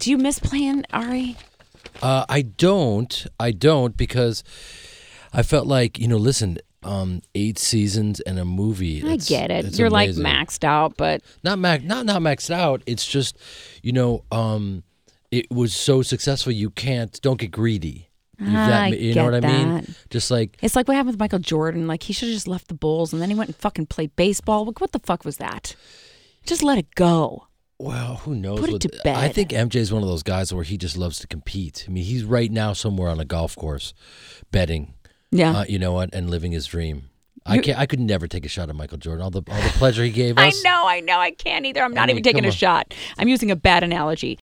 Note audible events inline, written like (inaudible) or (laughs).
Do you miss playing Ari? Uh, I don't. I don't because I felt like you know. Listen, um, eight seasons and a movie. I it's- get it. it's You're amazing. like maxed out, but Not max. Not not maxed out. It's just, you know, um, it was so successful. You can't. Don't get greedy. If I that ma- you know get what I mean? that. Just like it's like what happened with Michael Jordan. Like he should have just left the Bulls and then he went and fucking played baseball. Like what the fuck was that? Just let it go. Well, who knows? Put it what- to I bed. think MJ's one of those guys where he just loves to compete. I mean, he's right now somewhere on a golf course, betting. Yeah. Uh, you know what? And living his dream. I You- can not I could never take a shot at Michael Jordan. All the all the pleasure he (laughs) gave I us. know, I know, I can't either. I'm not I mean, even taking come a on. shot. I'm using a bad analogy.